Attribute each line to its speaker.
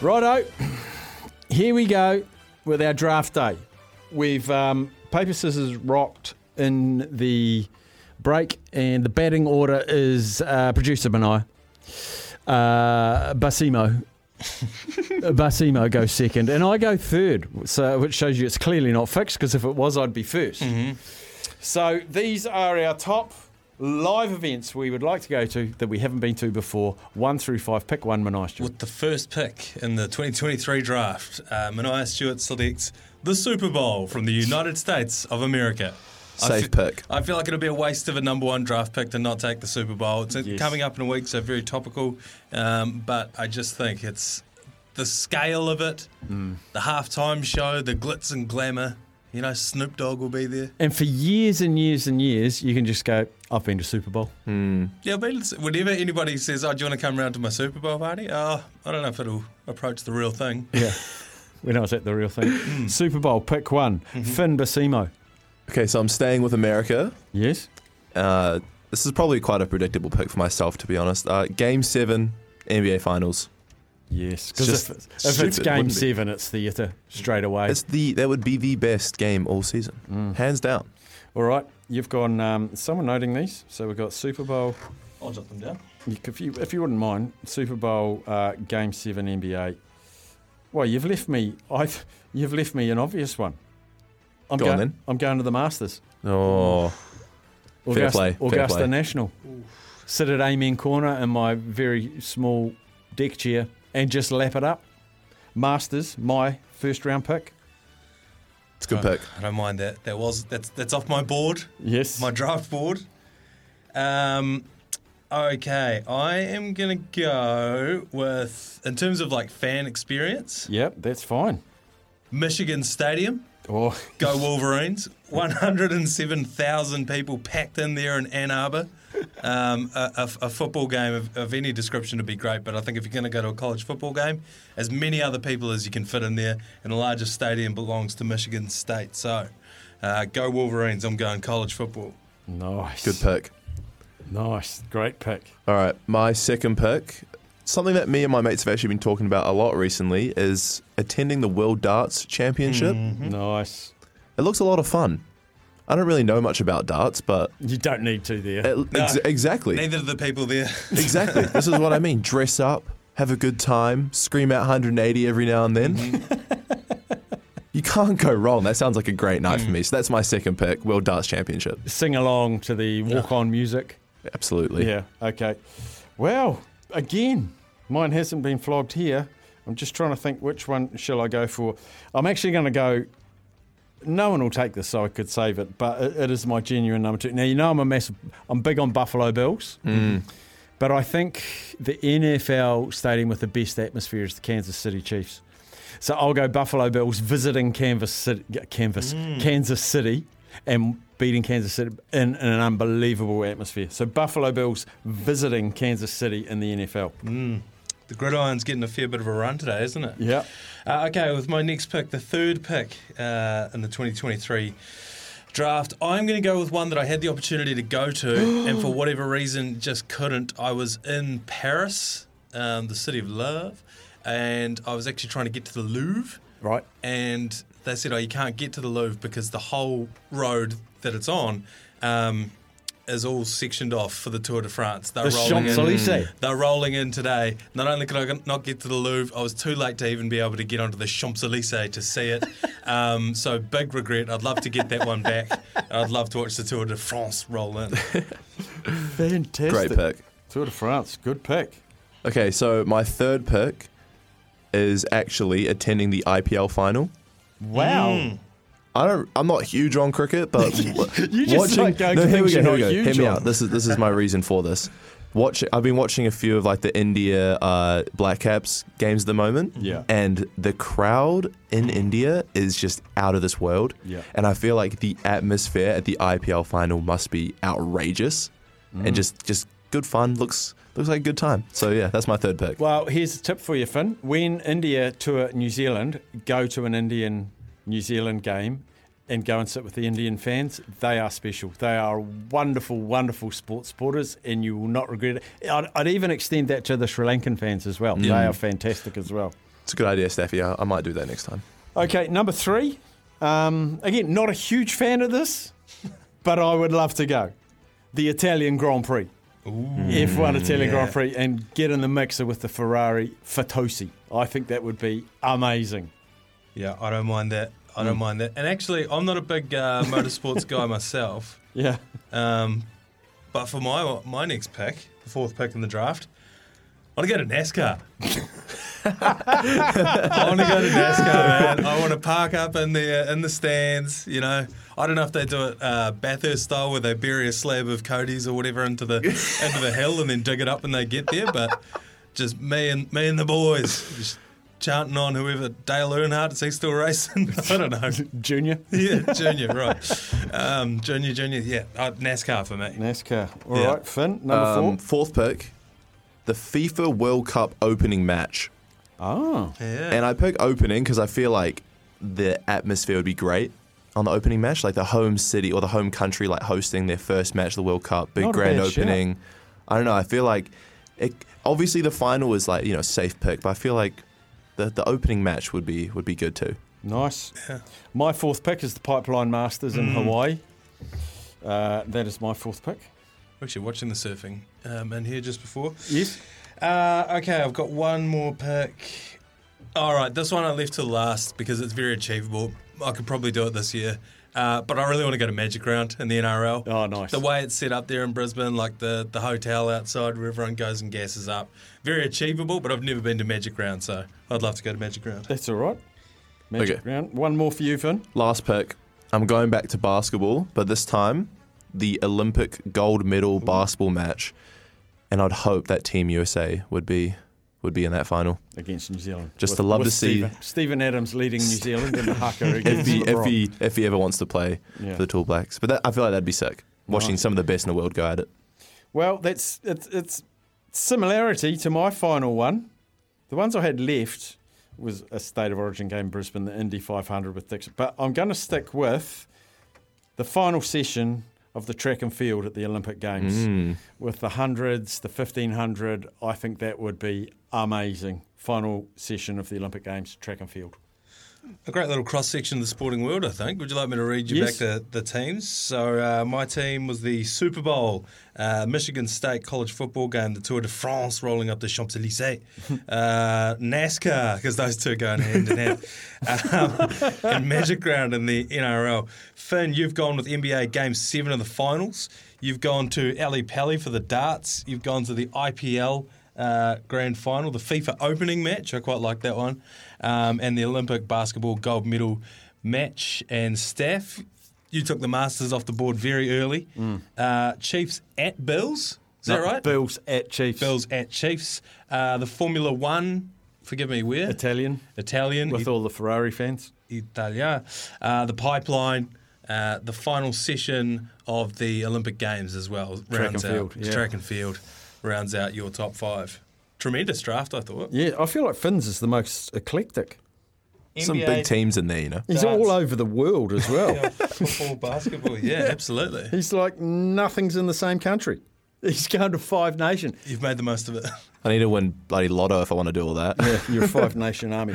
Speaker 1: Righto. Here we go with our draft day. We've um, paper scissors rocked in the break, and the batting order is uh, producer Benai. Uh, Basimo. Basimo goes second, and I go third, so which shows you it's clearly not fixed because if it was, I'd be 1st So these are our top live events we would like to go to that we haven't been to before. One through five. Pick one, Manai Stewart.
Speaker 2: With the first pick in the 2023 draft, uh, Mania Stewart selects the Super Bowl from the United States of America. I
Speaker 3: Safe
Speaker 2: fe-
Speaker 3: pick.
Speaker 2: I feel like it'll be a waste of a number one draft pick to not take the Super Bowl. It's uh,
Speaker 1: Yes.
Speaker 2: coming up in a week, so very topical. Um, but I just think it's the scale of it, the halftime show, the glitz and glamour. You know, Snoop Dogg will be there.
Speaker 1: And for years and years and years, you can just go, I've been to Super Bowl.
Speaker 3: Hmm.
Speaker 2: Yeah, but it's- whenever anybody says, "Oh, do you want to come round to my Super Bowl party?" Oh, I don't know if it'll approach the real thing.
Speaker 1: Yeah. we know it's that the real
Speaker 3: Hmm.
Speaker 1: thing. Super Bowl, pick one.
Speaker 3: Mm-hmm.
Speaker 1: Finn Bassimo.
Speaker 3: Okay, so I'm staying with America.
Speaker 1: Yes.
Speaker 3: Uh, this is probably quite a predictable pick for myself, to be honest. Uh, game seven, NBA Finals.
Speaker 1: Yes. Because
Speaker 3: just
Speaker 1: if, it's- if it's
Speaker 3: stupid,
Speaker 1: game
Speaker 3: wouldn't it?
Speaker 1: seven, it's theatre straight away. Mm.
Speaker 3: It's the that would be the best game all season, hands down.
Speaker 1: All right. You've gone, um, someone noting these. So we've got Super Bowl.
Speaker 2: I'll jot them down.
Speaker 1: You- If you, if you wouldn't mind, Super Bowl, uh, Game 7 NBA. Well, you've left me I you've left me an obvious one. I'm
Speaker 3: Go
Speaker 1: going
Speaker 3: on then.
Speaker 1: I'm going to the Masters.
Speaker 3: Oh, Fair
Speaker 1: Augusta,
Speaker 3: play, fair
Speaker 1: Augusta
Speaker 3: play.
Speaker 1: National. Sit at Amen Corner in my very small deck chair and just lap it up. Masters, my first round pick.
Speaker 3: it's a good pick.
Speaker 2: I don't mind that. That was that's that's off my board,
Speaker 1: Yes.
Speaker 2: my draft board. Um, okay, I am gonna go with in terms of like fan experience,
Speaker 1: yep, that's fine.
Speaker 2: Michigan Stadium.
Speaker 1: Oh,
Speaker 2: Go Wolverines! 107,000 people packed in there in Ann Arbor. Um, a, a- a football game of, of any description would be great, but I think if you're going to go to a college football game, as many other people as you can fit in there, and the largest stadium belongs to Michigan State. So, uh, go Wolverines! I'm going college football.
Speaker 1: nice.
Speaker 3: Good pick.
Speaker 1: Nice. Great pick.
Speaker 3: All right, my second pick. Something that me and my mates have actually been talking about a lot recently is attending the World Darts Championship.
Speaker 1: Hmm. Nice.
Speaker 3: It looks a lot of fun. I don't really know much about darts, but
Speaker 1: You don't need to there.
Speaker 3: it, ex- exactly,
Speaker 2: Neither of the people there.
Speaker 3: exactly. this is what I mean. Dress up, have a good time, scream out 180 every now and then. you can't go wrong. That sounds like a great night for me. So that's my second pick, World Darts Championship.
Speaker 1: Sing along to the walk on music.
Speaker 3: Absolutely.
Speaker 1: Yeah, okay. Well, again, mine hasn't been flogged here. I'm just trying to think which one shall I go for. I'm actually going to go. No one will take this, so I could save it. But it, it is my genuine number two. Now you know I'm a massive. I'm big on Buffalo Bills, but I think the NFL stadium with the best atmosphere is the Kansas City Chiefs. So I'll go Buffalo Bills visiting Canvas City, Canvas, Kansas City, and beating Kansas City in, in an unbelievable atmosphere. So Buffalo Bills visiting Kansas City in the NFL.
Speaker 2: The gridiron's getting a fair bit of a run today, isn't it?
Speaker 1: Yeah.
Speaker 2: Uh, okay, with my next pick, the third pick uh, in the 2023 draft, I'm going to go with one that I had the opportunity to go to, and for whatever reason, just couldn't. I was in Paris, um, the city of love, and I was actually trying to get to the Louvre,
Speaker 1: Right.
Speaker 2: and they said, "Oh, you can't get to the Louvre because the whole road that it's on." Um, is all sectioned off for the Tour de France. They're
Speaker 1: The
Speaker 2: rolling in.
Speaker 1: Champs-Élysées.
Speaker 2: They're rolling in today. Not only could I not get to the Louvre, I was too late to even be able to get onto the Champs Elysees to see it. Um, so big regret. I'd love to get that one back. I'd love to watch the Tour de France roll in.
Speaker 1: Fantastic.
Speaker 3: Great pick.
Speaker 1: Tour de France. Good pick.
Speaker 3: Okay, so my third pick is actually attending the IPL final.
Speaker 1: Wow.
Speaker 2: Mm.
Speaker 3: I don't. I'm not huge on cricket, but
Speaker 1: You just
Speaker 3: watching.
Speaker 1: like going to
Speaker 3: here we
Speaker 1: things
Speaker 3: go.
Speaker 1: you're
Speaker 3: Here
Speaker 1: not
Speaker 3: we go. Hear
Speaker 1: huge
Speaker 3: me
Speaker 1: on.
Speaker 3: out. This is this is my reason for this. Watch. I've been watching a few of like the India uh, Black Caps games at the moment.
Speaker 1: Yeah.
Speaker 3: And the crowd in India is just out of this world.
Speaker 1: Yeah.
Speaker 3: And I feel like the atmosphere at the IPL final must be outrageous,
Speaker 1: Mm.
Speaker 3: and just just good fun. Looks looks like a good time. So yeah, that's my third pick.
Speaker 1: Well, here's a tip for you, Finn. When India tour New Zealand, go to an Indian New Zealand game and go and sit with the Indian fans. They are special. They are wonderful, wonderful sports supporters, and
Speaker 3: Mm.
Speaker 1: you will not regret it. I'd, I'd even extend that to the Sri Lankan fans as well. They are fantastic as well.
Speaker 3: It's a good idea, Staffy. I, I might do that next time.
Speaker 1: Okay, number three. Um, again, not a huge fan of this, but I would love to go. The Italian Grand Prix. F1 Italian Grand
Speaker 2: yeah.
Speaker 1: Prix and get in the mixer with the Ferrari Fatosi. I think that would be amazing.
Speaker 2: Yeah, I don't mind that. I
Speaker 1: Mm.
Speaker 2: don't mind that. And actually, I'm not a big uh, motorsports guy myself.
Speaker 1: Yeah.
Speaker 2: Um, but for my my next pick, the fourth pick in the draft, I want to go to NASCAR. I want to go to NASCAR, man. I want to park up in the in the stands. You know, I don't know if they do it uh, Bathurst style, where they bury a slab of Cody's or whatever into the into the hill and then dig it up when they get there. But just me and me and the boys, just chanting on whoever Dale Earnhardt is he still racing? I don't know.
Speaker 1: Junior.
Speaker 2: Yeah, junior, right? Um, junior, junior. Yeah, uh, NASCAR for me.
Speaker 1: NASCAR. All right,
Speaker 2: Yeah.
Speaker 1: Finn, number
Speaker 3: Um,
Speaker 1: four.
Speaker 3: fourth pick, the FIFA World Cup opening match.
Speaker 1: Oh.
Speaker 2: Yeah.
Speaker 3: And I pick opening because I feel like the atmosphere would be great on the opening match, like the home city or the home country, like hosting their first match of the World Cup, big
Speaker 1: Not a
Speaker 3: grand
Speaker 1: bad shout.
Speaker 3: opening. I don't know. I feel like it. Obviously, the final is like you know safe pick, but I feel like the the opening match would be would be good too.
Speaker 1: Nice. My fourth pick is the Pipeline Masters in Hawaii. Uh, that is my fourth pick.
Speaker 2: We're actually watching the surfing um, in here just before.
Speaker 1: Yes.
Speaker 2: Uh, okay, I've got one more pick. All right, this one I left to last because it's very achievable. I could probably do it this year, uh, but I really want to go to Magic Round in the NRL.
Speaker 1: Oh, nice.
Speaker 2: The way it's set up there in Brisbane, like the, the hotel outside where everyone goes and gasses up, very achievable. But I've never been to Magic Round, so I'd love to go to Magic Round.
Speaker 1: That's all right. Magic
Speaker 3: Okay.
Speaker 1: round. One more for you, Finn.
Speaker 3: Last pick. I'm going back to basketball, but this time the Olympic gold medal basketball match, and I'd hope that Team USA would be would be in that final.
Speaker 1: Against New Zealand.
Speaker 3: Just to love to see-
Speaker 1: Stephen. Stephen Adams leading New Zealand in the haka
Speaker 3: if
Speaker 1: against
Speaker 3: he, if
Speaker 1: LeBron.
Speaker 3: he if he ever wants to play
Speaker 1: Yeah.
Speaker 3: for the Tall Blacks. But that, I feel like that'd be sick. Watching
Speaker 1: Nice.
Speaker 3: some of the best in the world go at it.
Speaker 1: Well, that's it's, it's similarity to my final one. The ones I had left was a state of origin game Brisbane, the Indy 500 with Dixon. But I'm going to stick with the final session of the track and field at the Olympic Games
Speaker 3: Mm.
Speaker 1: with the hundreds, the 1500. I think that would be amazing. Final session of the Olympic Games, track and field.
Speaker 2: A great little cross section of the sporting world, I think. Would you like me to read you
Speaker 1: Yes.
Speaker 2: back the, the teams? So, uh, my team was the Super Bowl, uh, Michigan State college football game, the Tour de France rolling up the Champs Elysees, uh, NASCAR, because those two are going hand in hand, um, and Magic Ground in the NRL. Finn, you've gone with NBA Game 7 of the finals. You've gone to Ali Pally for the darts. You've gone to the IPL uh, grand final, the FIFA opening match. I quite like that one. Um, and the Olympic basketball gold medal match. And Steph, you took the Masters off the board very early. Uh, Chiefs at Bills. Is that
Speaker 1: Mm. No,
Speaker 2: right?
Speaker 1: Bills at Chiefs.
Speaker 2: Bills at Chiefs. Uh, the Formula One, forgive me, where?
Speaker 1: Italian
Speaker 2: Italian.
Speaker 1: with all the Ferrari fans.
Speaker 2: Italia, uh, the pipeline, uh, the final session of the Olympic Games as well. Rounds
Speaker 1: Track and
Speaker 2: out,
Speaker 1: field, yeah.
Speaker 2: Track and field rounds out your top five. Tremendous draft, I thought.
Speaker 1: Yeah, I feel like Finn's is the most eclectic.
Speaker 3: Some big teams in there, you know.
Speaker 1: He's
Speaker 2: Darts.
Speaker 1: all over the world as well.
Speaker 2: Football, basketball, yeah, absolutely.
Speaker 1: He's like nothing's in the same country. He's going to five nation.
Speaker 2: You've made the most of it.
Speaker 3: I need to win bloody lotto if I want to do all that.
Speaker 1: You're a five nation army.